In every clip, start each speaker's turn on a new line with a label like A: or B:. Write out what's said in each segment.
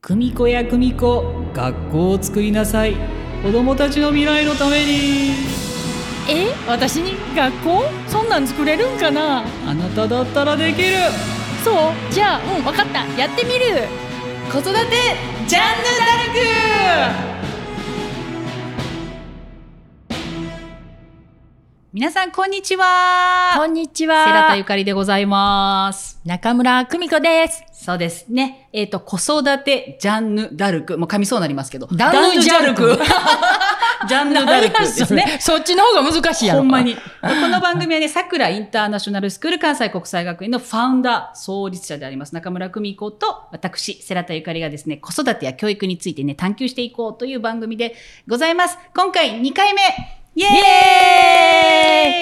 A: 組子や組子学校を作りなさい子供たちの未来のために
B: え私に学校そんなん作れるんかな
A: あなただったらできる
B: そうじゃあうん分かったやってみる
C: 子育てジャンヌダルク皆さんこんにちは
B: こんにち
C: セラタゆ
B: は
C: かりでございます
B: 中村久美子です
C: そうですねえっ、と子育てジャンヌダルクもう噛みそうになりますけど
B: ダンヌジャルク
C: ジャンヌダルクですね
B: そっちの方が難しいやろ
C: ほんまに。この番組はね、桜インターナショナルスクール関西国際学院のファウンダー、創立者であります中村久美子と私、世良田ゆかりがですね、子育てや教育についてね、探求していこうという番組でございます。今回2回目イエ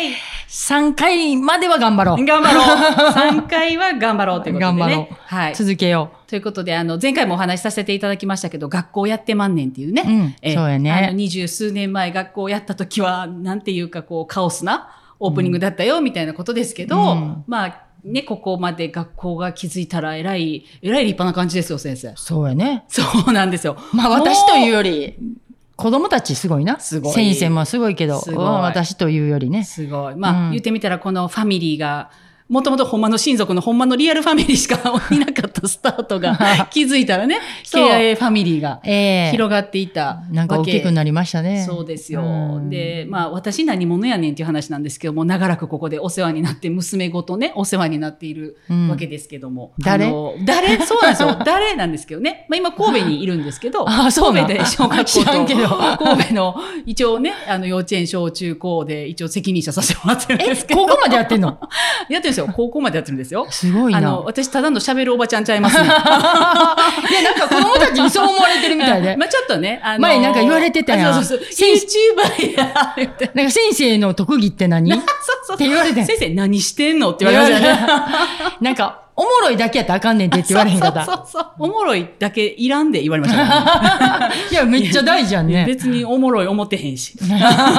C: ーイ
B: 3回までは 頑張ろう
C: 頑張ろう !3 回は頑張ろうということでね。
B: 頑張ろう
C: はい。
B: 続けよ
C: ということで、あの、前回もお話しさせていただきましたけど、学校やってまんねんっていうね。
B: ううん
C: えー
B: そうや
C: あの
B: ね
C: 二十数年前学校をやった時は、なんていうかこう、カオスなオープニングだったよ、みたいなことですけど、
B: うん
C: まあ、ね、ここまで学校が気づいたら、えらい、えらい立派な感じですよ、先生。
B: そうやね
C: そうなんですよ。
B: まあ私というより子供たちすごいな
C: すごい
B: 先生もすごいけど
C: すごい
B: うん私というよりね
C: すごい。まあ、
B: うん
C: 言ってみたら、このファミリーが、もともとほんまの親族のほんまのリアルファミリーし かいなかったスタートが気づいたらね、
B: そう
C: KIA ファミリーが
B: ええ
C: 広がっていた
B: なんか大きくなりましたね
C: そうですよ。
B: うん
C: で、まあ私何者やねんっていう話なんですけども、長らくここでお世話になって、娘ごとね、お世話になっている
B: うん
C: わけですけども。
B: 誰
C: あの誰そうなんですよ。誰なんですけどね。まあ今神戸にいるんです けど、
B: あそうな
C: 神
B: ん
C: 戸で小学校
B: 知らん
C: と
B: けど
C: 神戸の一応ね、あの幼稚園、小中高で一応責任者させてもらってるんですけど。
B: 高校までやってんの
C: やってるんですよ。高校までやってるんですよ。
B: すごいな
C: あの、私ただの喋るおばちゃんちゃい ますね。
B: いや、なんか子供たちにそう思われてるみたい で。
C: まあちょっとね、あの
B: 前なんか言われてたやん
C: あそうそう そう。YouTuber や、みたいな。
B: なんか先生の特技って何っ
C: そうそうそう
B: て言われてん。
C: 先生何してんのって言われました ね。
B: なんか、おもろいだけやったらあかんねんってって言われへんかっ た。
C: そうそうそうそう。おもろいだけいらんで言われましたから
B: いや、めっちゃ大事やん
C: ね。
B: ね。
C: 別におもろい思ってへんし。
B: え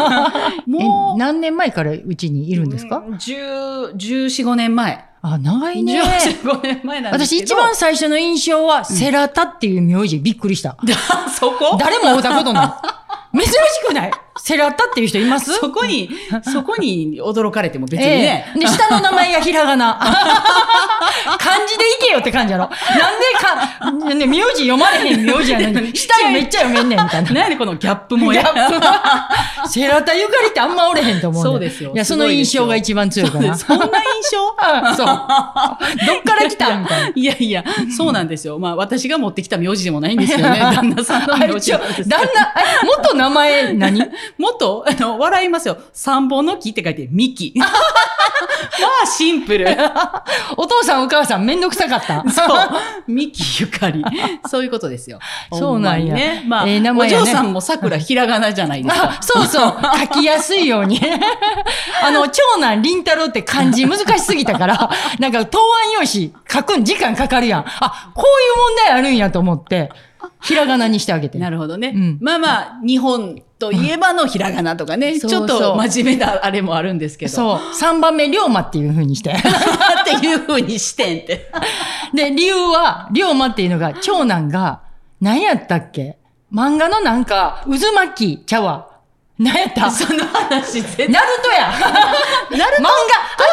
C: もう、
B: 何年前からうちにいるんですか、
C: うん ?10、14、5年前。
B: あ、長いね。
C: 14、5年前なんです
B: 私
C: け
B: 一
C: ど。
B: 番最初の印象は、セラタっていう名字びっくりした。
C: 番、 そこ
B: 誰も会うたことない。 珍しくないセラタっていう人います
C: そこ に、そこに驚かれても別に
B: え
C: ね。
B: えで、下の名前がひらがな。 漢字でいけよって感じやろ。なんでか、ね、名字読まれへん名字やの に、下がめっちゃ読めんねんみたいな。
C: 何でこのギャップも
B: ギ
C: や
B: ャ。ップセラタゆかりってあんまおれへんと思うねん
C: そうですよ
B: いや、その印象が一番強いかな。
C: そんな印象
B: うん そう。どっから来たみたい な。
C: いやいや、そうなんですよ。まあ、私が持ってきた名字でもないんですよ ね。旦那さんの
B: あれ
C: 名字
B: ちょ
C: なんですけど。
B: 旦那、え元名前何
C: もっと、あの、笑いますよ。三本の木って書いて、ミ キ。まあ、シンプル。
B: お父さんお母さんめんどくさかった。
C: そう。ミキゆかり。そういうことですよ。
B: そうなんや
C: ほまにね。まあ、
B: ええ名
C: お
B: 前やね
C: 嬢さんも桜ひらがなじゃないですか。
B: あ、そうそう。書きやすいように。 あの、長男、凛太郎って漢字難しすぎたから、 なんか、答案用紙書くん時間かかるやん。あ、こういう問題あるんやと思って、ひらがなにしてあげて。
C: なるほどね。
B: うん
C: まあまあ、日本といえばのひらがなとかね。
B: そう
C: ち
B: そ
C: ょ
B: う
C: っと真面目なあれもあるんですけど。
B: そう。3番目、龍馬っていう風にし て。
C: っていうふうにしてんって。
B: で、理由は、龍馬っていうのが、長男が、何やったっけ漫画のなんか、渦巻き、茶わ。何やったナル
C: その話絶対。
B: トや
C: な
B: 漫画、ア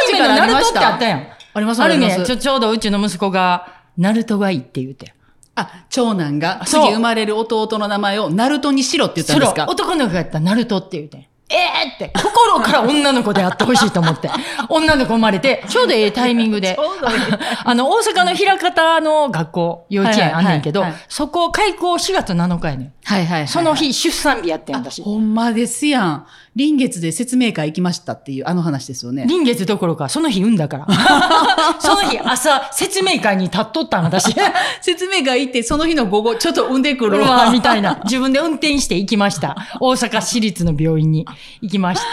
B: ニメのナルトってあったやん。
C: あります
B: あ
C: あ
B: る
C: りま
B: ね。
C: す
B: ちょ、。ちょうどうちの息子が、ナルトがいいって言うて。
C: あ、長男が、
B: そう
C: 次生まれる弟の名前をナルトにしろって言ったんです
B: そ
C: か
B: れ男の子やったらナルトって言うてん。ええって、心から女の子であってほしいと 思って。女の子生まれて、ちょうどええタイミングで
C: ち。ょうどいい
B: あの、大阪の平方の学校、幼稚園あんねんけど
C: はいはいはいは、
B: そこ開校4月7日やねん。
C: はいはいはい。
B: その日、出産日やってん
C: あ、
B: 私。
C: ほんまですやん。臨月で説明会行きましたっていうあの話ですよね。
B: 臨月どころか、その日産んだから。 その日、朝、説明会に立っとったん、私。
C: 説明会行って、その日の午後、ちょっと産んでく
B: う
C: る
B: わ
C: わ。
B: ーみたいな。自分で運転して行きました。大阪市立の病院に行きまして。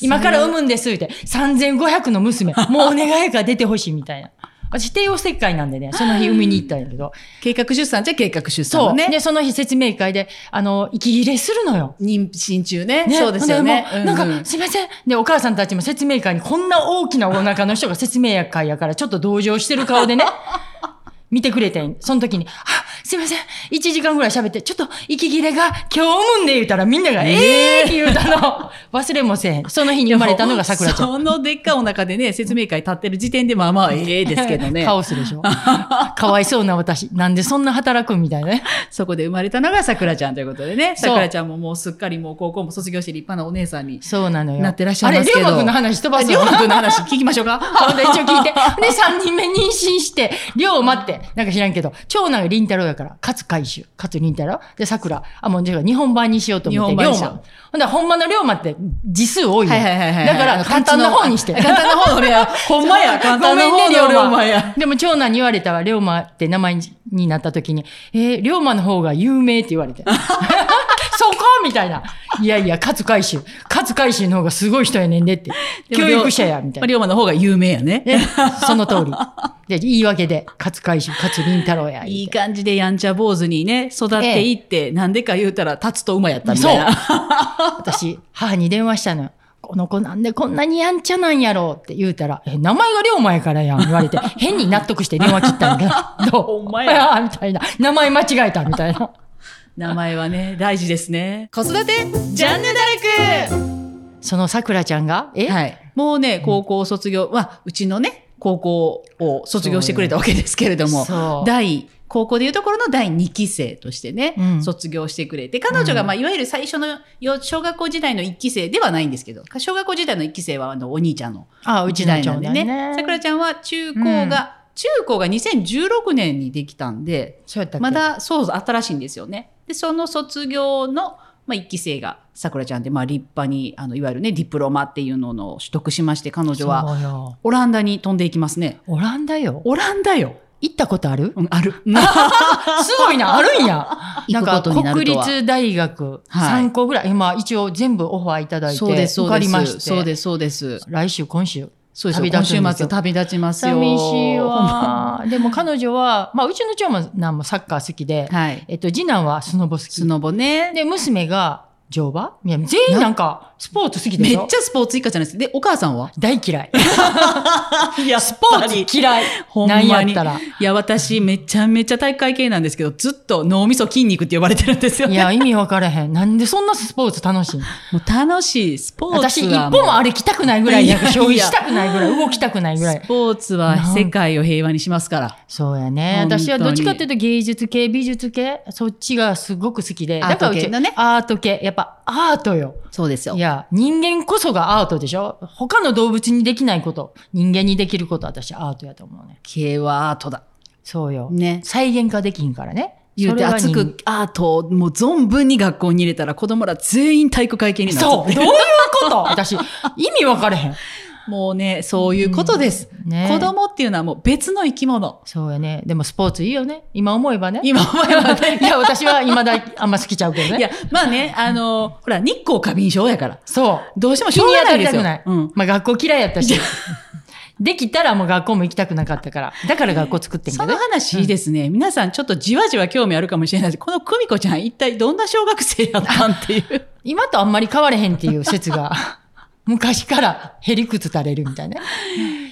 B: 今から産むんですって。3500の 娘。もうお願いから出てほしいみたいな。私、帝王切開なんでね、その日産みに行ったんやけど。
C: 計画出産じゃ計画出産
B: そう。
C: のね。
B: で、その日説明会で、あの、息切れするのよ。
C: 妊娠中ね。
B: ね
C: そうですよね
B: ほん。でもう
C: うんう
B: なんんか、すいません。で、お母さんたちも説明会に、こんな大きなお腹の 人が説明会やから、ちょっと同情してる顔でね、見てくれてん。その時に、あ、すいません、1時間ぐらい喋って、ちょっと息切れが今日むんで言うたらみんなが、ええーって言うたの。 忘れもせん。その日に生まれたのが桜ちゃん。
C: そのでっかいお腹でね、説明会立ってる時点でまあ まあええですけどね。
B: カオスでしょ。 かわいそうな私。なんでそんな働くんみたいなね。
C: そこで生まれたのが桜ちゃんということでね。
B: そう
C: 桜ちゃんももうすっかりもう高校も卒業して立派なお姉さんに。
B: そうなのよ。
C: なってらっしゃいますけど
B: あれ、龍馬くんの話飛ばす
C: りょうまくんの
B: 話。
C: 話聞きましょう か。
B: そうだ、一応聞いて。で、3人目妊娠して、龍馬って、なんか知らんけど、長男が凛太郎やから、勝海舟、勝凛太郎。で、桜。あ、もう、じゃあ日本版にしようと思って、
C: 日本版
B: 龍馬。
C: にしよう
B: ほんだら、ほんまの龍馬って字数多いやん
C: はいはいはいはい
B: だから、簡単な方にして。
C: 簡単な方の俺や。ほんまや。簡単な
B: ごめ
C: 方
B: んね
C: の
B: 龍
C: 龍
B: 馬
C: 馬や。
B: でも長男に言われたわ、龍馬って名前になった時に、えー、龍馬の方が有名って言 われて。そこみたいな。いやいや、勝海舟。勝海舟の方がすごい人やねんでって。教育者や、みたいな。
C: 龍馬の方が有名やね。
B: ね、その通り。で、言い訳で、勝海舟、勝林太郎や。
C: いい
B: 言うて
C: 感じでやんちゃ坊主にね、育っていって、なんでか言うたら、立つと馬やったみたいな。
B: 私、母に電話したのよ。この子なんでこんなにやんちゃなんやろうって言うたら、え、名前が龍馬やからやん言 われて、変に納得して電話切ったんだけど、
C: ほんまや
B: あーみたいな。名前間違えたみたいな。
C: 名前はね、大事ですね。
B: 子育て
C: ジャンヌダル
B: そのさくらちゃんが、え、
C: クはい。もうね、高校卒業、まあ、うちのね、高校を卒業してくれたわけですけれども、
B: そう
C: 第、高校でいうところの第2期生としてね、
B: うん
C: 卒業してくれて、彼女が、
B: うん
C: まあ、いわゆる最初のよ小学校時代の1期生ではないんですけど、小学校時代の1期生は、あの、お兄ちゃんの
B: あ、うち
C: 時
B: の
C: 代
B: 長
C: なんで
B: 男
C: ね。
B: ね。
C: さくら
B: ち
C: ちゃんは中高が、
B: うん
C: 中高が2016年にできたんで、
B: そうやったっけ
C: ま、だそう新しいんですよね。で、その卒業の、まあ、一期生がさくらちゃんで、まあ、立派に、あの、いわゆるね、ディプロマっていうのを取得しまして、彼女は
B: そうよ。
C: オランダに飛んでいきますね。
B: オランダよ。
C: オランダよ。
B: 行ったこと ある
C: うん、ある。
B: すごいな、あるんや。
C: 行
B: なん
C: く
B: か
C: ことになる
B: 国
C: とは
B: 立大学
C: はい
B: 3校ぐらい、今一応全部オファーいただいて
C: そうです、そ
B: 受
C: う
B: か
C: で
B: り
C: す。
B: まして
C: そうです、そうです。
B: 来週今週
C: そうですよ。
B: 旅
C: 今
B: 立つんです
C: 週
B: よ
C: 末旅立ちますよ。
B: 寂しい
C: ほんま
B: わ でも彼女は、まあ、うちの長男もサッカー好きで、
C: はい。
B: えっと、次男はスノボ好き
C: スノボね。
B: で娘が乗馬いや全員なんかスポーツ好きで
C: め
B: し
C: っ
B: ょ
C: ちゃスポーツ以下じゃないですか。で、お母さんは
B: 大 嫌い
C: いや、ス
B: スポーツ嫌い
C: ほんま
B: な
C: に
B: んやったら
C: いや、私、めちゃめちゃ体育会系なんですけど、ずっと脳みそ筋肉って呼ばれてるんですよ
B: い
C: ね。
B: や意味分からへんなんでそんなスポーツ楽しいん
C: もう楽しい。スポーツは。
B: 私一歩も歩きたくないぐらい
C: いや
B: なんか消費
C: いや
B: したくないぐらい動きたくないぐらい
C: スポーツは世界を平和にしますから。
B: そうやね。
C: 本当に
B: 私はどっちかっていうと芸術系、美術系、そっちがすごく好きで。
C: アート系のね
B: だからうちアート系。やっぱアートよ。
C: そうですよ
B: い。や、人間こそがアートでしょ他の動物にできないこと、人間にできること、私アートやと思うね。
C: 系はアートだ。
B: そうよ。
C: ね。
B: 再現化できんからね。
C: 言うて
B: それは
C: 熱
B: 人
C: くアートをもう存分に学校に入れたら子供ら全員体育会系になる。
B: そう。どういうこと私、意味分かれへん。
C: もうね、そういうことです。
B: ね。
C: 子。供っていうのはもう別の生き物。
B: そうやね。でもスポーツいいよね。今思えばね。
C: 今思えば ね。
B: いや、私は未だあんま好きちゃうけどね。
C: いや、まあね、あの、ほら、日光過敏症やから。
B: そう。
C: どうしてもし
B: 気
C: ょう
B: に
C: が
B: は
C: な
B: ない
C: で
B: りた
C: すよ。
B: くない。
C: うん。
B: まあ学校嫌いやった し。できたらもう学校も行きたくなかったから。だから学校作ってんけ
C: そ
B: ど
C: の
B: ね。
C: 話いいですね、皆さんちょっとじわじわ興味あるかもしれないです。この久美子ちゃん一体どんな小学生やったんっていう。
B: 今とあんまり変われへんっていう説が。 昔からへりくつ垂れるみたい な。い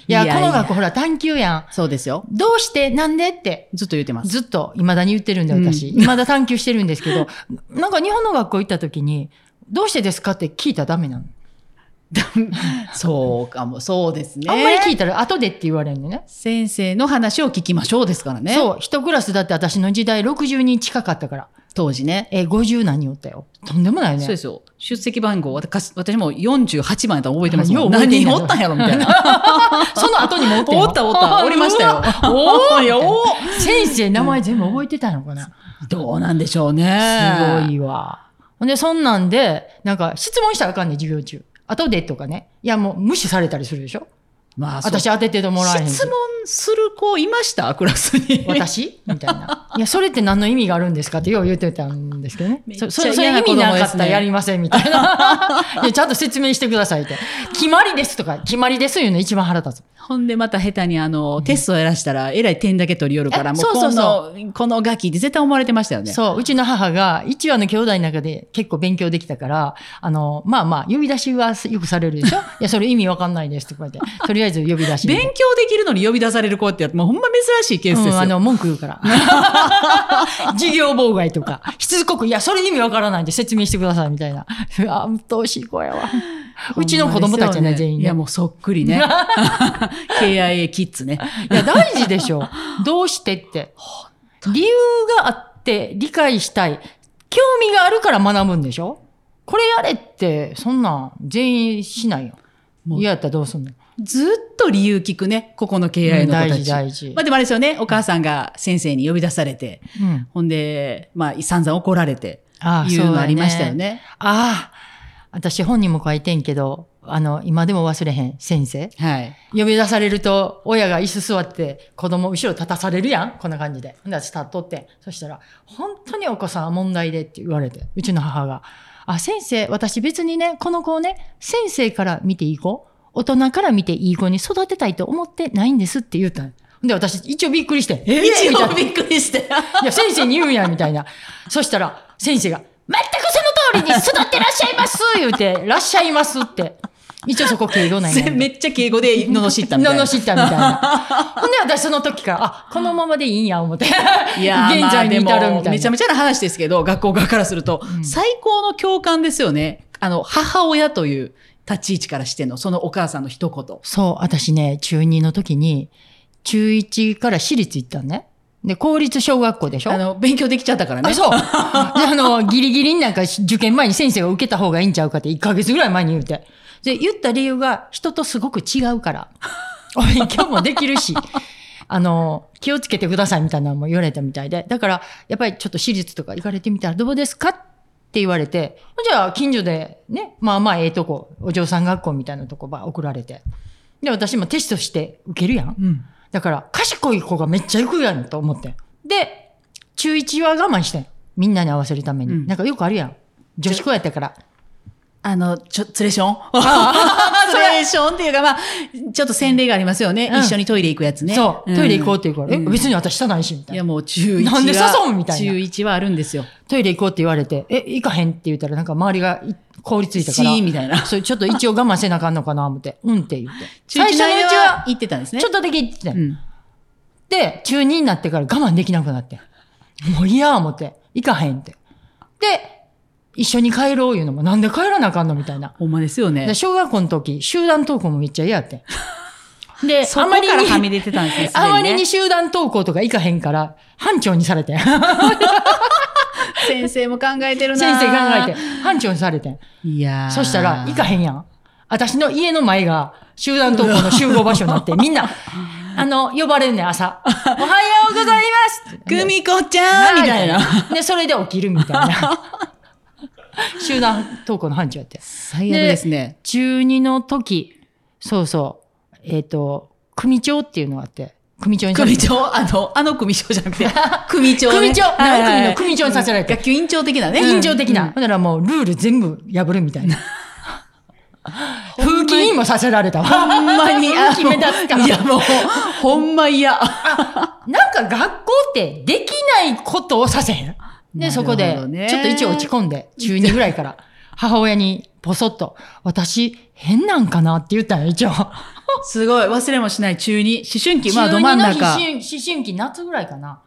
B: や、
C: いやいや
B: この学校ほら探究やん。
C: そうですよ。
B: どうしてなんでって。
C: ずっと言ってま。
B: ずっと未だに言ってるんで私。
C: うん
B: 未だ探究してるんですけど。 なんか日本の学校行った時に、どうしてですかって聞いたらダメなの。
C: そうかも、そうですね。
B: あんまり聞いたら後でって言われるのね。
C: 先生の話を聞きましょうですからね。
B: そう。一クラスだって私の時代60人近かったから。
C: 当時ね。
B: え、50何おったよ。とんでもないね。
C: そうですよ。出席番号、私私も48番やったら覚えてます
B: よ
C: も。
B: うん覚え てん
C: 何
B: ね
C: おったんやろみたいな。
B: その後にもおったよ
C: おったおった。 おりましたよ。おおよ
B: 先生、名前全部覚えてたのかな
C: どうなんでしょうね。
B: すごいわ。ほんで、そんなんで、なんか質問したらあかんねん、授業中。後でとかね。いや、もう無視されたりするでしょ
C: まあ、そう
B: 私当ててもらえへんし。
C: 質問する子いましたクラスに。
B: 私みた いな。いや、それって何の意味があるんですかってよう言ってたんですけどね
C: め。っちゃ
B: そそれそれ
C: 嫌な
B: 意
C: 子
B: 味
C: 供
B: なか
C: で
B: っ
C: す
B: た
C: ね
B: らやりませんみたい な。いや、ちゃんと説明してくださいって。決まりですとか、決まりですいうの一番腹立つ。
C: ほんでまた下手にあの、テストやらしたら、えらい点だけ取り寄るから、
B: え
C: もう
B: そうそうそ
C: この、このガキって絶対思われてましたよね。
B: そう、うちの母が1話の兄弟の中で結構勉強できたから、あの、まあまあ、呼び出しはよくされ るでしょいや、それ意味わかんないですってこうやって、とりあえず呼び出しみ
C: 勉
B: たいな。
C: 強できるのに呼び出される子ってやっもうほんま珍しいケースです
B: うん、
C: よ。
B: あの、文句言 うから。授業妨害とか、しつこく、いや、それ意味わからないんで説明してくださいみたいな。あ、鬱陶しい子やわ。うちの子供たちやね、全員
C: い
B: ね
C: や、。もうそっくり ね。KIA キッズね。
B: いや、大事でしょ。どうしてって。理由があって理解したい。興味があるから学ぶんでしょこれやれって、そんなん全員しないよ。
C: もう
B: 嫌やったらどうすんの
C: ずっと理由聞くね、ここの KIA の子たち。
B: 大事大事
C: まあでもあれですよね、お母さんが先生に呼び出されて、
B: うん。
C: ほんで、まあ散々怒られて、
B: ああ
C: いう
B: そう
C: の
B: だね
C: ありましたよね。
B: ああ、私本にも書いてんけど、あの、今でも忘れへん、先生。
C: はい。
B: 呼び出されると、親が椅子座って、子供後ろ立たされるやんこんな感じで。ほんで、私立っとってん。そしたら、本当にお子さんは問題でって言われて、うちの母が。あ、先生、私別にね、この子をね、先生から見ていい子、大人から見ていい子に育てたいと思ってないんですって言ったん。ほんで、私、一応びっくりして、え
C: 一
B: みたい
C: 応
B: な
C: びっくり して。
B: いや、先生に言うんや、みたいな。そしたら、先生が、全くその通りに育ってらっしゃいます言うて、らっしゃいますって。一応そこ敬語なんや。
C: めっちゃ敬語で罵ったみたいな。
B: 罵ったみたい な。ほんで私その時から、あ、このままでいいんや、思って。
C: いやー
B: 現在に至るみたいな
C: まあでもめちゃめちゃな話ですけど、学校側からすると、最高の共感ですよね。あの、母親という立ち位置からしての、そのお母さんの一言。
B: そう、私ね、中2の時に、中1から私立行ったんね。で、公立小学校でしょ
C: あの、勉強できちゃったからね。
B: あ、 そう。で、あの、ギリギリになんか受験前に先生が受けた方がいいんちゃうかって1ヶ月ぐらい前に言うて。で、言った理由が人とすごく違う から。お勉強もできるし。あの、気をつけてくださいみたいなのも言われたみたいで。だから、やっぱりちょっと私立とか行かれてみたらどうですかって言われて。じゃあ、近所でね、まあまあええとこ、お嬢さん学校みたいなとこば送られて。で、私もテストして受けるやん。
C: うん。
B: だから、賢い子がめっちゃ行くやんと思って。で、中1は我慢してん。みんなに合わせるために。
C: うん
B: なんかよくあるやん。女子校やったから。
C: あの、ちょ、ツレシ ョンツレションっていうか、まあ、ちょっと洗礼がありますよね。
B: うん
C: 一緒にトイレ行くやつね。
B: そう、
C: ん
B: トイレ行こうって言うから、
C: うん
B: え、別に私汚いし、みた
C: い
B: い
C: や、
B: な。
C: もう中1は。
B: なんで誘うみたいな
C: 中1はあるんですよ。
B: トイレ行こうって言われて、え、行かへんって言ったら、なんか周りがい凍りついたから。
C: シーンみたいな
B: そう、ちょっと一応我慢せなあかんのかな、思って。うんって言って。
C: 中1
B: 最初のうちは、
C: 行ってたんですね。
B: ちょっとだけ言ってたよ
C: うん。
B: で、中2になってから我慢できなくなって。もう嫌や思って。行かへんって。で、一緒に帰ろう言うのも、なんで帰らなあかんのみたいな。
C: ほんまですよね
B: で。小学校の時、集団登校もめっちゃ嫌やって ん。で、
C: そ
B: あ
C: こ
B: まり
C: からは
B: に、
C: み出てたんですね。
B: あまり
C: す
B: に集団登校とか行かへん から、班長にされてん。先
C: でにね。先生も考えてるな
B: 生考えてん。班長にされてん。
C: て。いやー
B: そしたら、行かへんやん。私の家の前が集団登校の集合場所にな って、みんな、あの、呼ばれんねん、朝。おはようござい ます
C: グミ子ちゃんみたい な。。
B: で、それで起きるみたい な。集団登校の班長やって。
C: 最悪ですね。
B: 中2の時、そうそう、えっ、と、組長っていうのがあって、組長にされ
C: 組
B: て
C: 長、あの、あの組長じゃなく て、組長ね。
B: 組長
C: はいはいはい
B: 何組の組長にさせられて
C: 学級委員長的なね。
B: 委員長的
C: う
B: な。
C: ん
B: だからもうルール全部破るみたいな。風紀委員もさせられたわ。
C: ほんま に、
B: 風紀目立つから
C: いや、もう、ほんま嫌。
B: なんか学校ってできないことをさせへん。
C: なる
B: で、
C: ほ
B: そ
C: ど
B: こ
C: ね
B: で、ちょっと一応落ち込んで、中2ぐらいから、母親にポソッと、私、変なんかなって言ったんよ、一応。
C: すごい、忘れもしない中二。思春期、まあ、
B: 中
C: ど
B: 二
C: 真ん
B: の思
C: 中。
B: 春思春期夏ぐらいかな。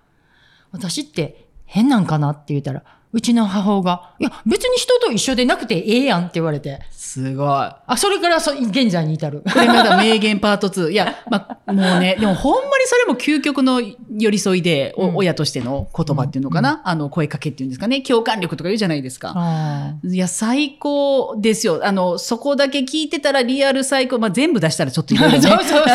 B: 私って変なんかなって言ったら、うちの母親が、いや、別に人と一緒でなくてええやんって言われて。
C: すごい。
B: あ、それからそ現在に 至る。
C: これまだ名言パート2。いや、まあ、もうね、でもほんまにそれも究極の寄り添いで、お
B: うん
C: 親としての言葉っていうのかな、あの、声かけっていうんですかね。共感力とか言うじゃないですか。いや、最高ですよ。あの、そこだけ聞いてたらリアル最高。まあ、全部出したらちょっとい
B: そ
C: ろ
B: う
C: いろ
B: そ う
C: ね。
B: そう。
C: な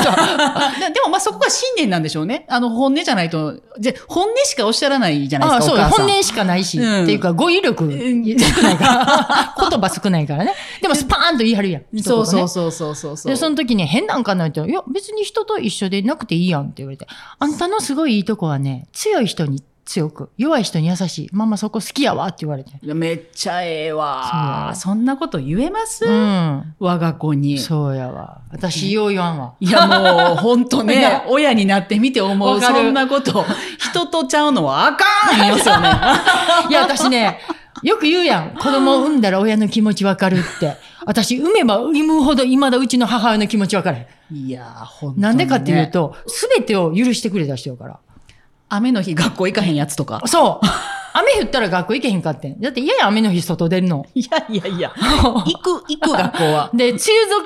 C: でも、まあ、そこが信念なんでしょうね。あの、本音じゃないと、じゃ本音しかおっしゃらないじゃない
B: あ
C: で
B: あ
C: すか。お
B: そう
C: 母さん
B: 本音しかないし、
C: うん
B: っていうか語彙力少ない から、言葉少ないからね。でもスパーンと言い張るやん。一言ね
C: そうそうそうそうそうそう。
B: で、その時に変なんかなって、いや、別に人と一緒でなくていいやんって言われて、あんたのすごいいいとこはね、強い人に強く弱い人に優しいママそこ好きやわって言われて
C: いやめっちゃええわ
B: そ
C: そ
B: う
C: んなこと言えます、
B: うん
C: 我が子に
B: そうやわ私よう言わんわ
C: いやもう本当
B: い
C: ね
B: や
C: 親になってみて思う
B: わかる
C: そんなこと人とちゃうのはあかん言いますよね
B: いや私ねよく言うやん子供を産んだら親の気持ちわかるって私産めば産むほどいまだうちの母親の気持ちわかる
C: いやー本当にね
B: なんでかっていうと全てを許してくれた人やから
C: 雨の日学校行かへんやつとか
B: そう。雨降ったら学校行けへんかってん。だって嫌や、雨の日外出るの。
C: いやいやいや 行く行く学校は
B: で、梅雨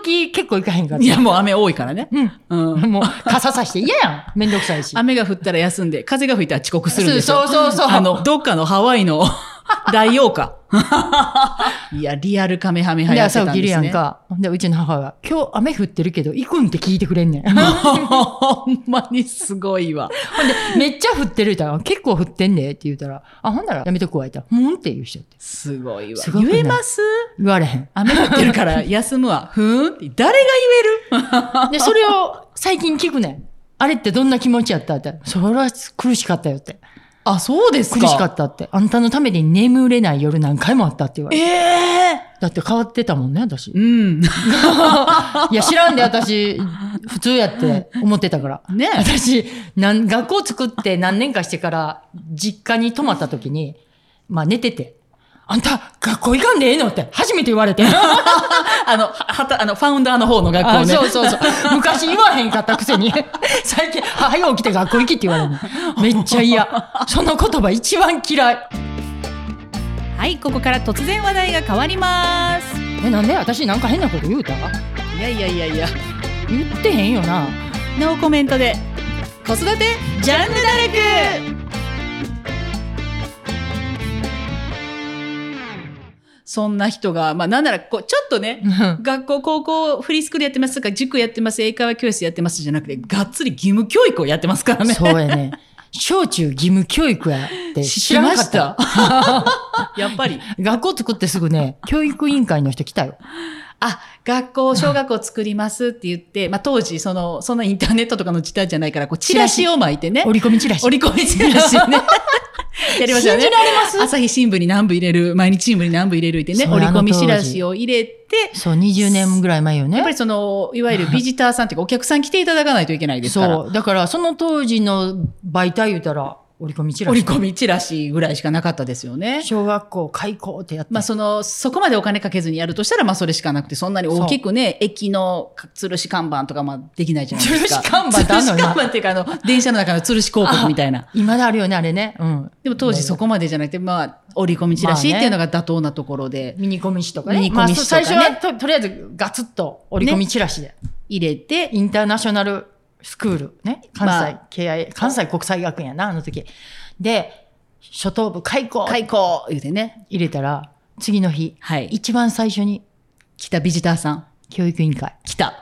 B: 時結構行かへんかっ
C: い
B: て
C: やもう雨多いからね、
B: ん。
C: うん
B: う、ん。もう、傘さして嫌やん。めんどくさいし。
C: 雨が降ったら休んで風が吹いたら遅刻するんです
B: そうそうそう。
C: あの、どっかのハワイ の大王 か。いや、リアルカメハメハ
B: で、
C: やってた
B: 朝
C: んで
B: 起
C: すね。
B: きるやんか。ほんで、うちの母が、今日雨降ってるけど、行くんって聞いてくれんねん。 ほんで、
C: ほんまにすごいわ。
B: めっちゃ降ってる言ったら、結構降ってんでって言うたら、あ、ほんならやめとくわ、言ったら、ふーんって言う人って。
C: すごいわ
B: すご。くない
C: 言えます
B: 言われへん。
C: 雨降ってるから休むわ。ふーんって誰が言える
B: で、それを最近聞くねん。あれってどんな気持ちやったって言ったら。それは苦しかったよって。
C: あ、そうですか。
B: 苦しかったって。あんたのために眠れない夜何回もあったって言われ
C: え
B: て。
C: え
B: だって変わってたもんね、私。い
C: うん。
B: や、知らんで、私、普通やって思ってたから。
C: ねえ
B: 私、なん、学校作って何年かしてから、実家に泊まった時に、まあ寝てて、あんた、学校行かんでええのって、初めて言わ れて。
C: あの、はた、あの、ファウンダーの方の学校
B: あ
C: ね。
B: そうそうそう。昔言わへんかったくせに、 最近、早起きて学校行きって言われるの。めっちゃ嫌。その言葉一番嫌い。
C: はい、ここから突然話題が変わります。
B: え、なんで私なんか変なこと言うた
C: いやいやいやいや。
B: 言ってへんよ な。
C: ノーコメントで。子育てジャンヌダルクそんな人が、まあなんならこう、ちょっとね、学校、高校、フリースクールやってますとか、塾やってます、英会話教室やってますじゃなくて、がっつり義務教育をやってますからね。
B: そうやね。小中義務教育やって知らなかった。
C: 知らなかった。やっぱり。
B: 学校作ってすぐね、教育委員会の人来たよ。
C: あ、学校、小学校作りますって言って、まあ当時、その、そんなインターネットとかの時代じゃないから、こう、チラシを巻いてね。
B: 折り込みチラシ。
C: 折り込みチラシね。 やりましたよね。
B: 信じられます
C: 朝日新聞に何部入れる、毎日新聞に何部入れるってね、
B: そう
C: 折り込み
B: あの当
C: チ
B: 時
C: ラシを入れて、
B: そう、20年ぐらい前よ
C: やっぱ
B: ね。
C: りその、いわゆるビジターさんっていうか、お客さん来ていただかないといけないですから。
B: そう。だから、その当時の媒体言うたら、折り込みチラ
C: 折
B: シ
C: り。込みチラシぐらいしかなかったですよね。
B: 小学校開校ってやって。
C: まあその、そこまでお金かけずにやるとしたら、まあそれしかなくて、そんなに大きくね、駅の吊るし看板とかまあできないじゃないですか。
B: 吊るし看板ってあんの
C: 吊るし看板っていうか、あの、電車の中の吊るし広告みたいな。
B: 今だあるよね、あれね。うん。
C: でも当時そこまでじゃなくて、まあ、折り込みチラシっていうのが妥当なところで。
B: ミニコミ誌とかね。
C: ミニコミ誌とかね
B: まあ、最初はととりあえずガツッと折り込みチラシで。
C: 入れて、
B: インターナショナルスクール、ね、関
C: ま
B: 西、敬愛関西国際学園やな、あの時。で、初等部開校
C: 開校言うてね。
B: 入れたら、次の日、
C: はい。
B: 一番最初に
C: 来たビジターさん。
B: 教育委員会。
C: 来た。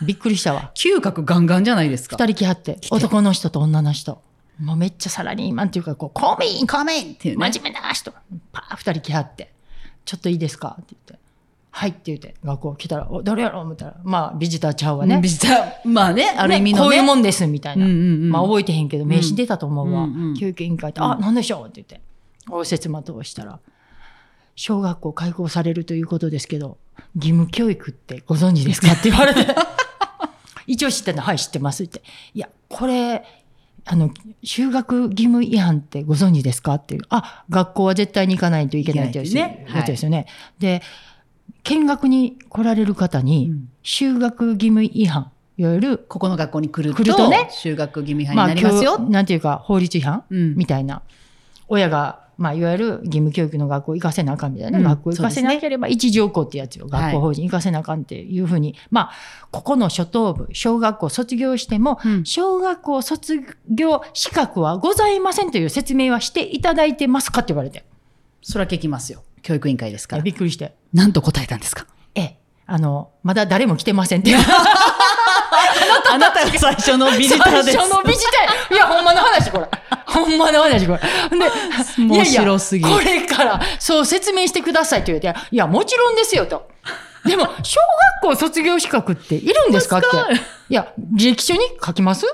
B: びっくりしたわ。
C: 嗅覚ガンガンじゃないですか。
B: 二人来はって、男の人と女の人。もうめっちゃサラリーマンっていうか、こう、公務員、公務員っていう、ね、真面目な人。パー二人来はって、ちょっといいですかって言って。はいって言って、学校来たら、お、誰やろう思ったら、まあ、ビジターちゃうわね。
C: ビジター、まあね、ある意味のね。
B: こういうもんです、みたいな。
C: うんうんうん
B: まあ覚えてへんけど、名刺出たと思うわ。
C: うんうんうん
B: 教育委員会って、あ、なんでしょうって言って、応接間通したら、小学校開校されるということですけど、義務教育ってご存知ですかって言われ て。一応知ってんの、はい、知ってますって。いや、これ、あの、就学義務違反ってご存知ですかっていう。あ、学校は絶対に行かないといけないっていう
C: いけないってねはい
B: やつですよね。で、見学に来られる方に、
C: うん
B: 就学義務違反、いわゆる
C: ここの学校に来ると、
B: 来るとね
C: 就学義務違反に
B: ま
C: な
B: あ、
C: りますよ。
B: 教なんていうか、法律違反、
C: うん
B: みたいな。親が、まあ、いわゆる義務教育の学校行かせなあかんみたいな、
C: うん
B: 学校行かせなければ一条校ってやつ
C: は
B: よ。
C: い
B: 学校法人行かせなあかんっていうふうに、まあ、ここの初等部、小学校卒業しても、
C: うん
B: 小学校卒業資格はございませんという説明はしていただいてますかって言われて。
C: そら聞きますよ。教育委員会ですから。
B: びっくりして。
C: なんと答えたんですか
B: ええ、あの、まだ誰も来てませんって。
C: あなたが最 初のビジターです。
B: 最初のビジター。いや、ほんまの話、これ。ほんまの話、これ。で、
C: 面
B: いやい
C: 白
B: や
C: すぎ
B: これから、そう説明してくださいと言うて、いや、もちろんですよ、と。でも、小学校卒業資格っているんですかって。いや、履歴書に書きます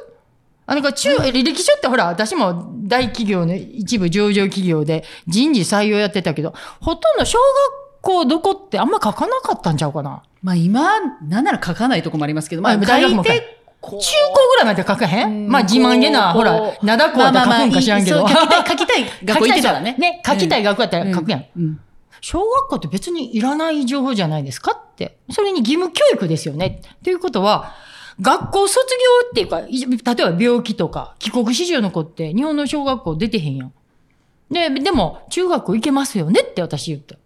B: あなんか中、履歴書ってほら、私も大企業の一部上場企業で人事採用やってたけど、ほとんど小学校どこってあんま書かなかったんちゃうかな。
C: まあ今、なんなら書かないとこもありますけど、まあ
B: あ大学
C: 書
B: も
C: い
B: 書い
C: て、こう
B: 中高ぐらいまで書かへ
C: うんん
B: まあ自慢げな、
C: こ
B: ほ
C: う
B: ら
C: こ、う
B: 灘高は書くんか知らんけど。
C: まあまあまあいいそう書きたい、書きたい学校行ってたらね。
B: ね、 書きたい学校やったら書くやん。
C: うん。
B: 小学校って別にいらない情報じゃないですかって。それに義務教育ですよね。ということは、学校卒業っていうか、い例えば病気とか、帰国子女の子って日本の小学校出てへんやん。で、でも、中学校行けますよねって私言った。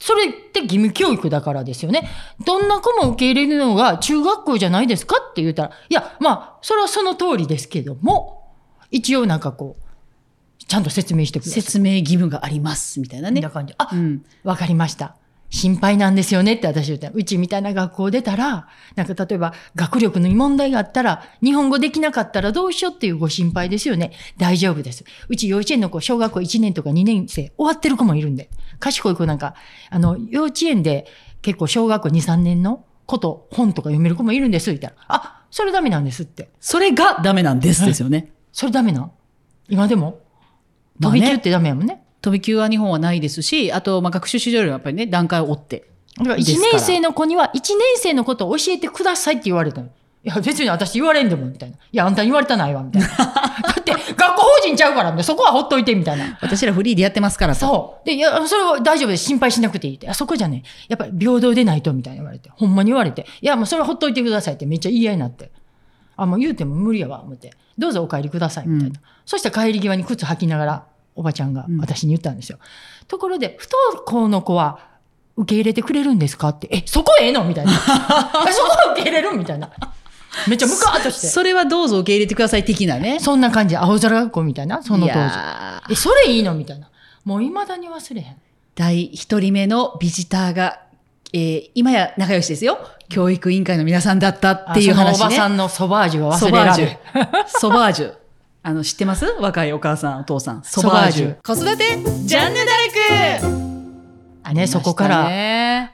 B: それって義務教育だからですよね。どんな子も受け入れるのが中学校じゃないですかって言ったら、いや、まあ、それはその通りですけども、一応なんかこう、ちゃんと説明してください。
C: 説明義務があります、みたいな
B: みた
C: ね
B: いな。感じ。あ、
C: うん。
B: わかりました。心配なんですよねって私言った。うちみたいな学校出たら、なんか例えば学力の問題があったら、日本語できなかったらどうしようっていうご心配ですよね。大丈夫です。うち幼稚園の子、小学校1年とか2年生、終わってる子もいるんで。賢い子なんか、あの、幼稚園で結構小学校2、3年のこと、本とか読める子もいるんです。言ったら、あ、それダメなんですって。
C: それがダメなんですですよね。
B: それダメなん今でも
C: まあ
B: 飛
C: ね
B: び級ってダメやもんね。
C: 飛び級は日本はないですし、あと、まあ、学習指導よりはやっぱりね、段階を追って。
B: だから1
C: です
B: 年
C: から
B: 生の子には1年生のことを教えてくださいって言われたの。いや、別に私言われんでも、みたいな。いや、あんたに言われたないわ、みたいな。だって、学校法人ちゃうから、そこはほっといて、みたいな。
C: 私らフリーでやってますからと。
B: そう。で、いや、それは大丈夫です。心配しなくていいって。あそこじゃね、やっぱり平等でないと、みたいな言われて。ほんまに言われて。いや、もうそれはほっといてくださいって、めっちゃ言い合いになって。あ、もう言うても無理やわ、思って。どうぞお帰りください、みたいな。そしたら帰り際に靴履きながら、おばちゃんが
C: うん
B: 私に言ったんですよ。ところで、不登校の子は、受け入れてくれるんですかって、え、そこええのみた いな。えそこは受け入れるみたいな。めっちゃムカーっとして。そ
C: それはどうぞ受け入れてください的なね。
B: んな感じ、青空学校みたいな、その当
C: い
B: 時。
C: やー
B: え、それいいのみたいな。もう未だに忘れへん。
C: 第一人目のビジターが、えー今や仲良しですよ。教育委員会の皆さんだったっていう話ね。
B: そのおばさんのソバージュは忘れられる。
C: ソバージュ。あの、知ってます若いお母さん、お父さん。ソ
B: バージュ
C: 子育て、ジャンヌダルク
B: あね、そこから
C: ら、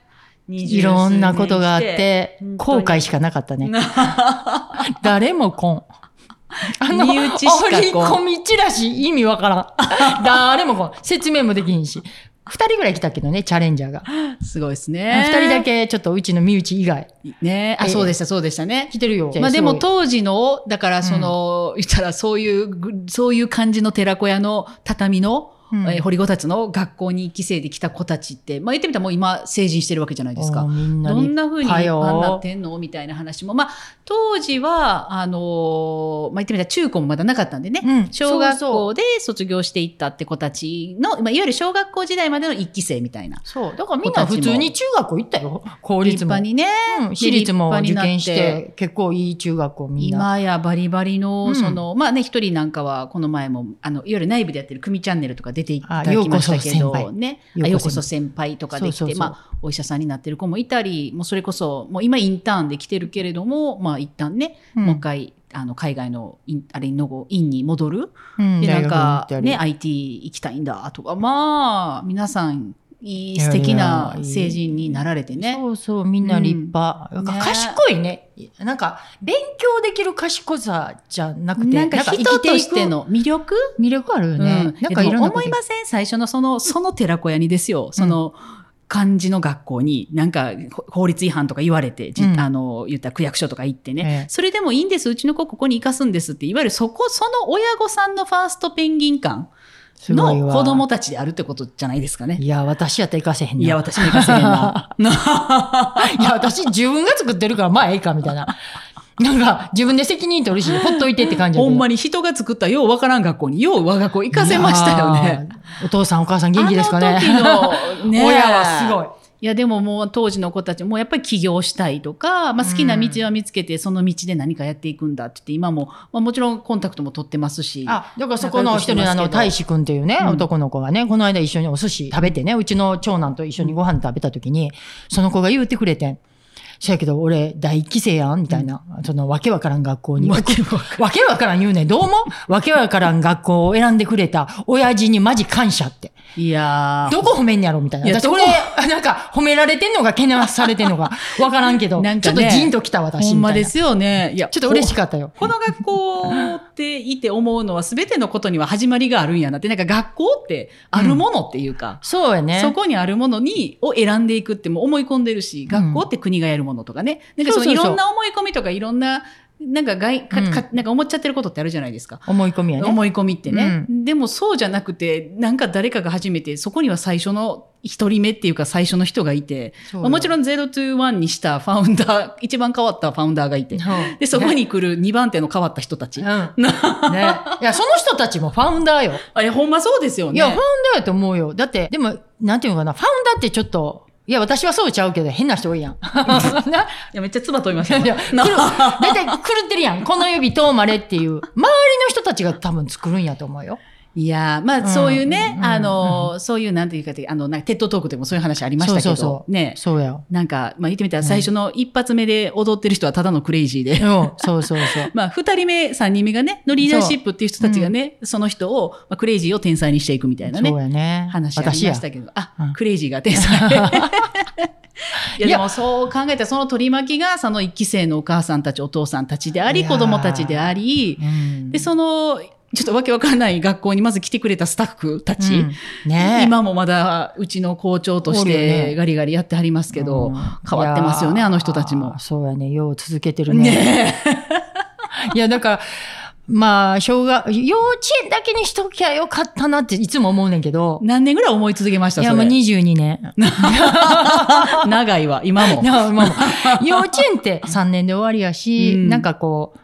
B: いろんなことがあって、後悔しかなかっ たね。誰もこん。あの、
C: 身内しか来ん
B: 折り込みチラシ意味わからん。 誰もこん。説明もできひんし。二人ぐらい来たけどね、チャレンジャーが。
C: すごいです
B: 二
C: ね。
B: 人だ。け、ちょっとうちの身内以外。
C: ねあ、
B: ええ
C: そうでした、そうでしたね
B: 来。てるよ。
C: まあでも
B: すごい
C: 当時の、だからその、言ったらそういうぐ、そういう感じの寺子屋の畳の、
B: うん
C: えー堀子たちの学校に1期生で来た子たちって、まあ言ってみたらもう今成人してるわけじゃないですか
B: お。みんな
C: どんな風に
B: 立派よ
C: あんなってんのみたいな話も。まあ、当時は、あのーまあ、言ってみたら中高もまだなかったんでね。
B: うん
C: 小学
B: そうそう
C: 校で卒業していったって子たちの、まあ、いわゆる小学校時代までの一期生みたいな。
B: そう。だからみんな普通に中学校行ったよ。公
C: 立
B: 立も
C: 派。にね。
B: うん私立も受験し
C: 立派に
B: て、結構いい中学校みんな。
C: 今やバリバリ
B: うん
C: の、その、まあね、一人なんかは、この前も、あの、いわゆる内部でやってる組チャンネルとか出ていただきましたけ
B: あようこそ先輩
C: ど、ね。あようこそ
B: 先
C: 先輩とかできて、
B: そうそうそう
C: まあ、お医者さんになってる子もいたり、もうそれこそ、もう今インターンで来てるけれども、まあ、一旦ね、
B: 輩
C: もう一回、あの、海外のイン、あれの後、院に戻る。
B: うん
C: で、なんか、
B: 大学に行ったり
C: ね、IT 行きたいんだとか、まあ、皆さん、いい、
B: いや
C: 素
B: いや
C: 敵ない
B: い
C: 成人になられてね。
B: そうそう、みんな立派。
C: うん
B: なん
C: ね
B: か賢いね。なんか、勉強できる賢さじゃなくて、
C: なんか
B: 生き
C: 人と
B: いく
C: しての魅力
B: 魅力あるよ
C: う
B: ね
C: ん。
B: なんかいろん
C: で
B: な
C: も思いません最初のその、 その寺子屋にですよ。その、漢字の学校に、なんか、ほ法律違反とか言われて、じ
B: うん
C: あの、言ったら区役所とか行ってね、
B: ええ
C: それでもいいんです、うちの子ここに生かすんですって、いわゆるそこ、その親御さんのファーストペンギン感
B: すごい
C: の
B: わ
C: 子供たちであるってことじゃないですかね。
B: いや、私やったら行かせへんない
C: や、 私も行かせへんな。
B: いや、私自分が作ってるから、まあええか、みたいな。なんか、自分で責任取るし、ほっといてって感じや
C: ほ
B: けど
C: んまに人が作ったようわからん学校に、よう我が子行かせましたよ
B: いや
C: ね。
B: ー。お父さん、お母さん元気ですかね。
C: あの時のね
B: 親はすごい。
C: いやでももう当時の子たちもやっぱり起業したいとか、まあ、好きな道は見つけてその道で何かやっていくんだって言って今も、まあ、もちろんコンタクトも取ってますし
B: あ、だからそこの一人のあ
C: 仲良くしてますけど
B: の、大志くんっていうね、
C: うん
B: 男の子がね、この間一緒にお寿司食べてね、うちの長男と一緒にご飯食べた時に、その子が言うてくれてん。そやけど俺第一期生やんみたいな、そのわけわからん学校に。
C: わ
B: わ
C: けわか
B: けわからん言うねんどうもわけわからん学校を選んでくれた親父にマジ感謝って。
C: んいや
B: どこ褒めんやろみたいな。
C: いや
B: 私
C: どこ
B: これ、なんか褒められてんのか、けなされて んのか、わからんけど、
C: なん
B: ち
C: か
B: ょっ
C: ね
B: とジンときた
C: ー
B: 私みたいな。
C: ほんまですよねいや
B: ちょっと嬉し
C: く
B: かったよ。
C: この学校っていて思うのは全てのことには始まりがあるんやなってなんか学校ってあるものっていうか、
B: そうやね。
C: そこにあるものにを選んでいくってもう思い込んでるし、学校って国がやるものとかね。なんかその
B: そう
C: い
B: そうそ
C: ろ
B: う
C: んな思い込みとかいろんな、なんか外、か、
B: うん
C: かなんか思っちゃってることってあるじゃないですか。
B: 思い込みやね。
C: 思い込みってね、でもそうじゃなくて、なんか誰かが初めて、そこには最初の一人目っていうか最初の人がいて、まあもち
B: ん。
C: ろん0 to 1にしたファウンダー、一番変わったファウンダーがいて、
B: はい
C: で、そ こに来る2番手の変わった人たち。
B: うん。ね。いや、その人たちもファウンダーよ。
C: あれ、ほんまそうですよね。
B: いや、ファウンダーやと思うよ。だって、でも、なんていうのかな、ファウンダーってちょっと、いや、私はそうちゃうけど、変な人多いやん。 な、
C: いやめっちゃ唾飛びましたよ。
B: いや狂大体狂ってるやん。この指とまれっていう。周りの人たちが多分作るんやと思うよ。
C: いやーま
B: うん
C: あそういうね、
B: うん
C: あのーそういうなんていうかあのなんかテッドトークでもそういう話ありましたけど
B: そうそうそう
C: ね
B: そうや。
C: なんか、まあ、言ってみたら最初の一発目で踊ってる人はただのクレイジーで、
B: うん、そう そうそう。
C: まあ2人目3人目がねのリーダーシップっていう人たちがねそ,、の人を、まあ、クレイジーを天才にしていくみたいなね
B: そうやね。
C: 話ありま
B: 私や
C: し。たけどあ、
B: うん
C: クレイジーが天 才いや
B: いや
C: でもそう考えたらその取り巻きがその一期生のお母さんたちお父さんたちであ
B: い
C: り
B: やー
C: 子供たちであり
B: うん
C: でそのちょっとわけわからない学校にまず来てくれたスタッフたち、
B: うんねえ
C: 今もまだうちの校長とし
B: おるよね
C: てガリガリやってはりますけど、
B: うん
C: 変わってますよね
B: いやー
C: あの人たちも
B: そうやね。よう続けてるね。
C: ねえ
B: いや、だから、まあ、小学、幼稚園だけにしときゃよかったなっていつも思うねんけど、
C: 何年ぐらい思い続けまし
B: い
C: た
B: や、
C: そ
B: もう
C: れ
B: 22年。
C: 長いわ今も
B: いやまあ幼稚園って3年で終わりやし、
C: うん
B: なんかこう、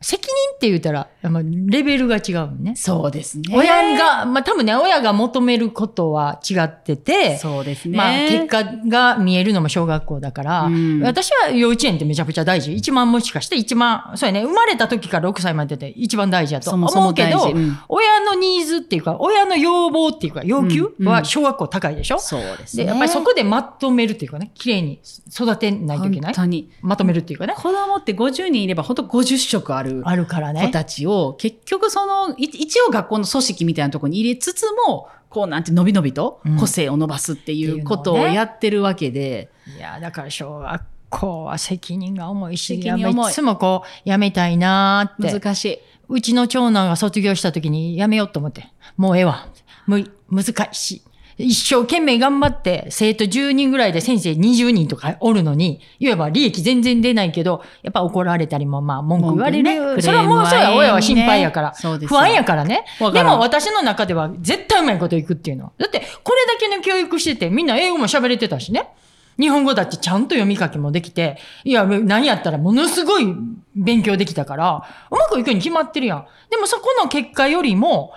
B: 責任って言ったら、まあレベルが違うね。
C: そうですね
B: 親が、まあ多分ね、親が求めることは違ってて、
C: そうですね、
B: まあ結果が見えるのも小学校だから、
C: うん
B: 私は幼稚園ってめちゃくちゃ大事。一番もしかして一番、そうやね、生まれた時から6歳までで一番大事やと
C: そもそ
B: 思
C: も
B: うけ
C: 大
B: ど、
C: 事うん
B: 親のニーズっていうか、親の要望っていうか、要求
C: うん
B: は小学校高いでしょ、
C: そうですね
B: で、やっぱりそこでまとめるっていうかね、綺麗に育てないといけない
C: 本。当に
B: まとめるっていうかね。
C: 子供って50人いれば本当50色ある
B: あるから
C: 子
B: ね。
C: たちを、結局その、い一応学校の組織みたいなところに入れつつも、こうなんて伸び伸びと
B: うん
C: 個性を伸ばすってい
B: っていううのをね
C: ことをやってるわけで、
B: いや、だから小学校は責任が重いし、
C: 責任重い
B: やっぱいつもこう、やめたいなーって。
C: 難しい。
B: うちの長男が卒業した時にやめようと思って、もうええわ。無理、難しい。一生懸命頑張って、生徒10人ぐらいで先生20人とかおるのに、いわば利益全然出ないけど、やっぱ怒られたりも、まあ文句言われる。
C: 文句ね
B: それはもうそう
C: クレー
B: や、
C: ムは
B: 親は心配やから。
C: ねそうですよ
B: 不安やからね。
C: わから
B: で
C: ん
B: も私の中では絶対うまいこといくっていうのは。だって、これだけの教育してて、みんな英語も喋れてたしね。日本語だってちゃんと読み書きもできて、いや、何やったらものすごい勉強できたから、うまくいくに決まってるやん。でもそこの結果よりも、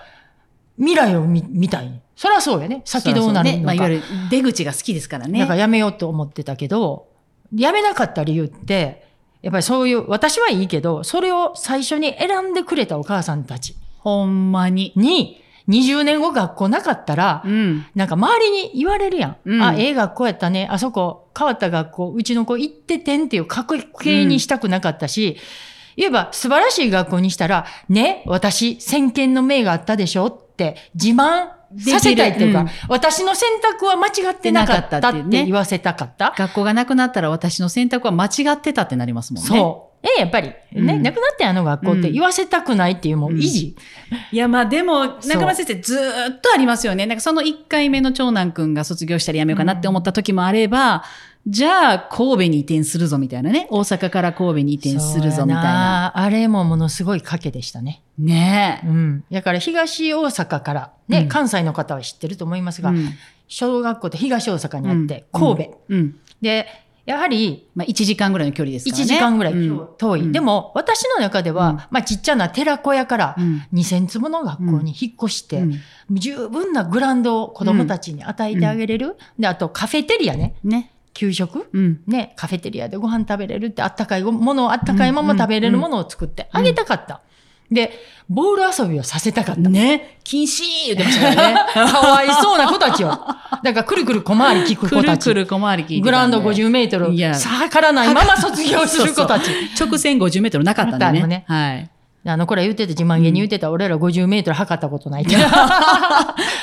B: 未来を見見たい。そりゃそうやね。先どうなる
C: そうそうね
B: の
C: ま
B: か。
C: あ、いわゆる出口が好きですからね。
B: だからやめようと思ってたけど、やめなかった理由って、やっぱりそういう、私はいいけど、それを最初に選んでくれたお母さんたち
C: ほんまに。
B: に、20年後学校なかったら、
C: うん。
B: なんか周りに言われるやん。
C: うん
B: あ、ええ学校やったね。あそこ変わった学校、うちの子行っててんっていう過去形にしたくなかったし、言えば素晴らしい学校にしたら、ね、私、先見の明があったでしょって自慢させたいっていうか、
C: でき
B: 私の選択は間違ってなかったって言わせたかった。
C: 学校がなくなったら私の選択は間違ってたってなりますもんね。
B: そう。ええ、やっぱり、ね、
C: うん
B: なくなったやんあの学校って言わせたくないっていうもう維持。
C: いや、まあでも、
B: そう
C: 中村先生ずーっとありますよね。なんかその1回目の長男くんが卒業したらやめようかなって思った時もあれば、じゃあ神戸に移転するぞみたいなね。大阪から神戸に移転するぞみたいな。
B: そうや。あれもものすごい賭けでしたね。
C: ねえ。
B: うん。だから東大阪から、ね、
C: うん
B: 関西の方は知ってると思いますが、
C: うん
B: 小学校って東大阪にあって、
C: うん
B: 神戸。
C: うん。
B: で、やはり
C: まあ1時間ぐらいの距離です
B: 1
C: からね。
B: 時間ぐらい
C: うん
B: 遠い。
C: うん
B: でも、私の中では、
C: うん
B: まあちっちゃな寺子屋から
C: うん
B: 2000坪の学校に引っ越して、
C: うん
B: 十分なグラウンドを子供たちに与えてあげれる。で、あとカフェテリアね、
C: ね。
B: 給食。
C: うん。
B: ね、カフェテリアでご飯食べれるってあったかいものをあったかいまま食べれるものを作ってあげたかった。で、ボール遊びをさせたかった。
C: ね、禁止言ってましたから
B: ね
C: ね。
B: かわいそうな子たちを。だから、くるくる小回り聞く
C: く
B: 子た
C: る
B: ち。
C: くる小回り聞いてたんで
B: グラウンド50メートル
C: いや
B: 逆らないまま卒業する子たち。
C: そうそう直線50メートルなかったんでね。
B: な
C: はい。
B: あの頃言ってた、自慢げに言ってた、俺ら50メートル測ったことないって。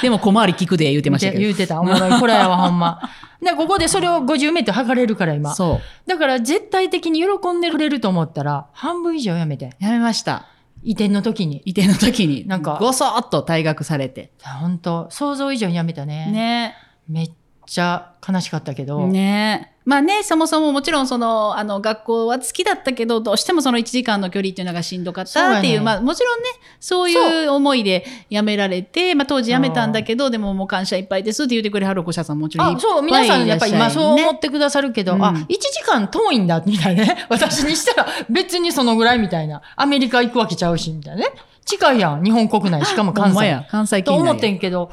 C: でも小回り聞くで言ってましたけ
B: 言
C: ど。
B: ってた、おもろい。これはほんま。で、ここでそれを50メートル測れるから今。
C: そ
B: だから絶対的に喜んでくれると思ったら、半分以上やめて。
C: う。やめました。
B: 移転の時に。
C: 移転の時に。
B: なんか
C: ごそっと退学されて。
B: 本当想像以上にやめたね。
C: ね。
B: めっちゃ悲しかったけど。
C: ねまあね、そもそももちろんその、あの、学校は好きだったけど、どうしてもその1時間の距離っていうのがしんどかっ
B: そう
C: た
B: や
C: って
B: ね
C: いう、まあもちろんね、そういう思いで辞められて、まあ当時辞めたんだけど、でももう感謝いっぱいですって言ってくれはるお子さんもちろんいっ
B: あ
C: ぱい
B: そう皆さんやっぱり今そう
C: いらっし
B: 思
C: ゃるね
B: ってくださるけど、
C: うん
B: あ1時間遠いんだみたいな ね私にしたら別にそのぐらいみたいなアメリカ行くわけちゃうしみたいなね近いやん日本国内しかも
C: ほん
B: 関
C: ま
B: 西
C: や関西
B: と
C: 圏内や
B: 思ってんけど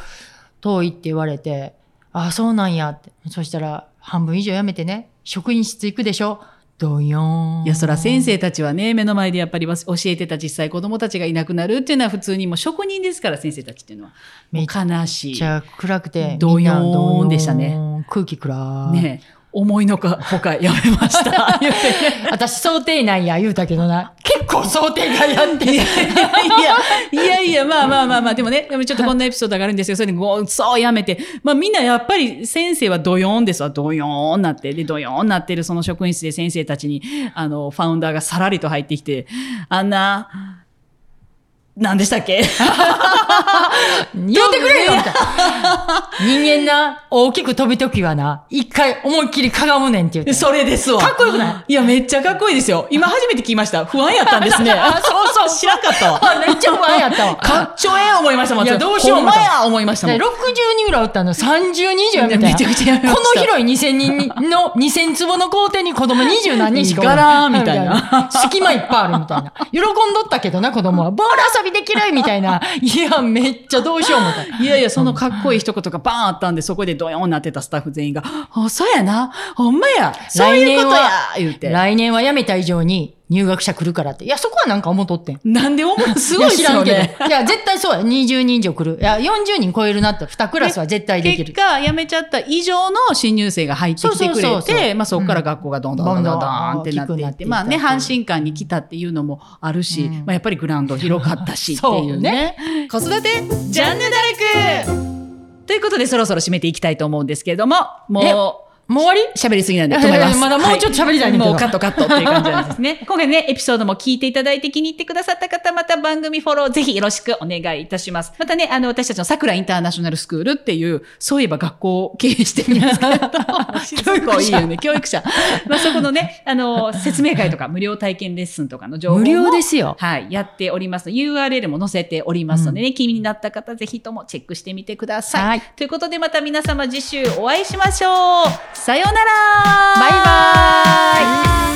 B: 遠いって言われてあそうなんやってそしたら半分以上やめてね職員室行くでしょどよーん
C: いや、そら先生たちはね、目の前でやっぱりわ教えてた実際子供たちがいなくなるっていうのは普通にもう職人ですから、先生たちっていうのは。も
B: め
C: う
B: っち
C: 悲しい。
B: ゃ暗くて
C: どよーん
B: みなどよ
C: でしたね
B: 空気暗い
C: ねえ思いのほかやめました。言うてね
B: 私想定内や言うたけどな結構想定外やって
C: いやいや、いやいや、まあまあまあまあ、でもね、でもちょっとこんなエピソードがあるんですよ。それでごそうやめて。まあみんなやっぱり先生はドヨーンですわ。ドヨーンなって。で、ドヨーンなってるその職員室で先生たちに、あの、ファウンダーがさらりと入ってきて、あんな、何でしたっ け
B: 言うてくれよみたいな人間な、大きく飛ぶときはな、一回思いっきりかがむねんって 言って。
C: それですわ。
B: かっこよくない
C: いや、めっちゃかっこいいですよ。今初めて聞きました。不安やったんです ね。あ、そうそう。知らんかったわ。
B: あめっちゃ不安やったわ。
C: かっちょええ思いましたもん。
B: いやどうしよう
C: ほんまや思いましたも
B: で
C: ん。
B: 60人ぐらいおったの30人以上やめたやん
C: めちゃくちゃやめました
B: この広い2000人の2000坪の校庭に子供20何人しかおらん
C: ガラーンみたいな
B: 隙間いっぱいあるみたいな喜んどったけどな子供はボール遊びできるみたいないやめっちゃどうしよう 思った
C: いやいや、そのかっこいい一言がバーンあったんで、そこでドヨーンなってたスタッフ全員が、あ、そうやな。ほんまや。そういうことや。言うて。
B: 来年は辞めた以上に入学者来るからっていやそこはなんか思っとってん
C: なんで思うすごいっす
B: や知ら
C: よ
B: んけど
C: ね。
B: いや、絶対そうや。20人以上来る。いや、40人超えるなって、2クラスは絶対でき
C: 結
B: る。
C: 果、辞めちゃった以上の新入生が入ってきてく
B: そうそう
C: れ
B: そうそ
C: て、まあそこから学校がどんどんどんどんどんってなってい
B: 大
C: っ
B: きくなって
C: て、
B: いった
C: まあね、
B: ってい
C: 阪
B: う
C: 神館に来たっていうのもあるし、
B: うん
C: まあやっぱりグラウンド広かったしっていうね。子育て、ジャンヌダルクということで、そろそろ締めていきたいと思うんですけれども、
B: え
C: もう、
B: もう終わり
C: 喋りすぎなんで止め ます。
B: まだもうちょっと喋りたいねんけど
C: もうカットカットっていう感じなん ですね。今回ね、エピソードも聞いていただいて気に入ってくださった方、また番組フォローぜひよろしくお願いいたします。またね、あの、私たちの桜インターナショナルスクールっていう、そういえば学校を経営してるんですけ ど、教育いいよね、教育者。 まあ、そこのね、あの、説明会とか無料体験レッスンとかの情報も
B: 無料ですよ。
C: はい、やっております。URL も載せておりますのでね、気になった方、ぜひともチェックしてみてください。
B: はい
C: ということで、また皆様次週お会いしましょう。さようなら
B: バイバーイ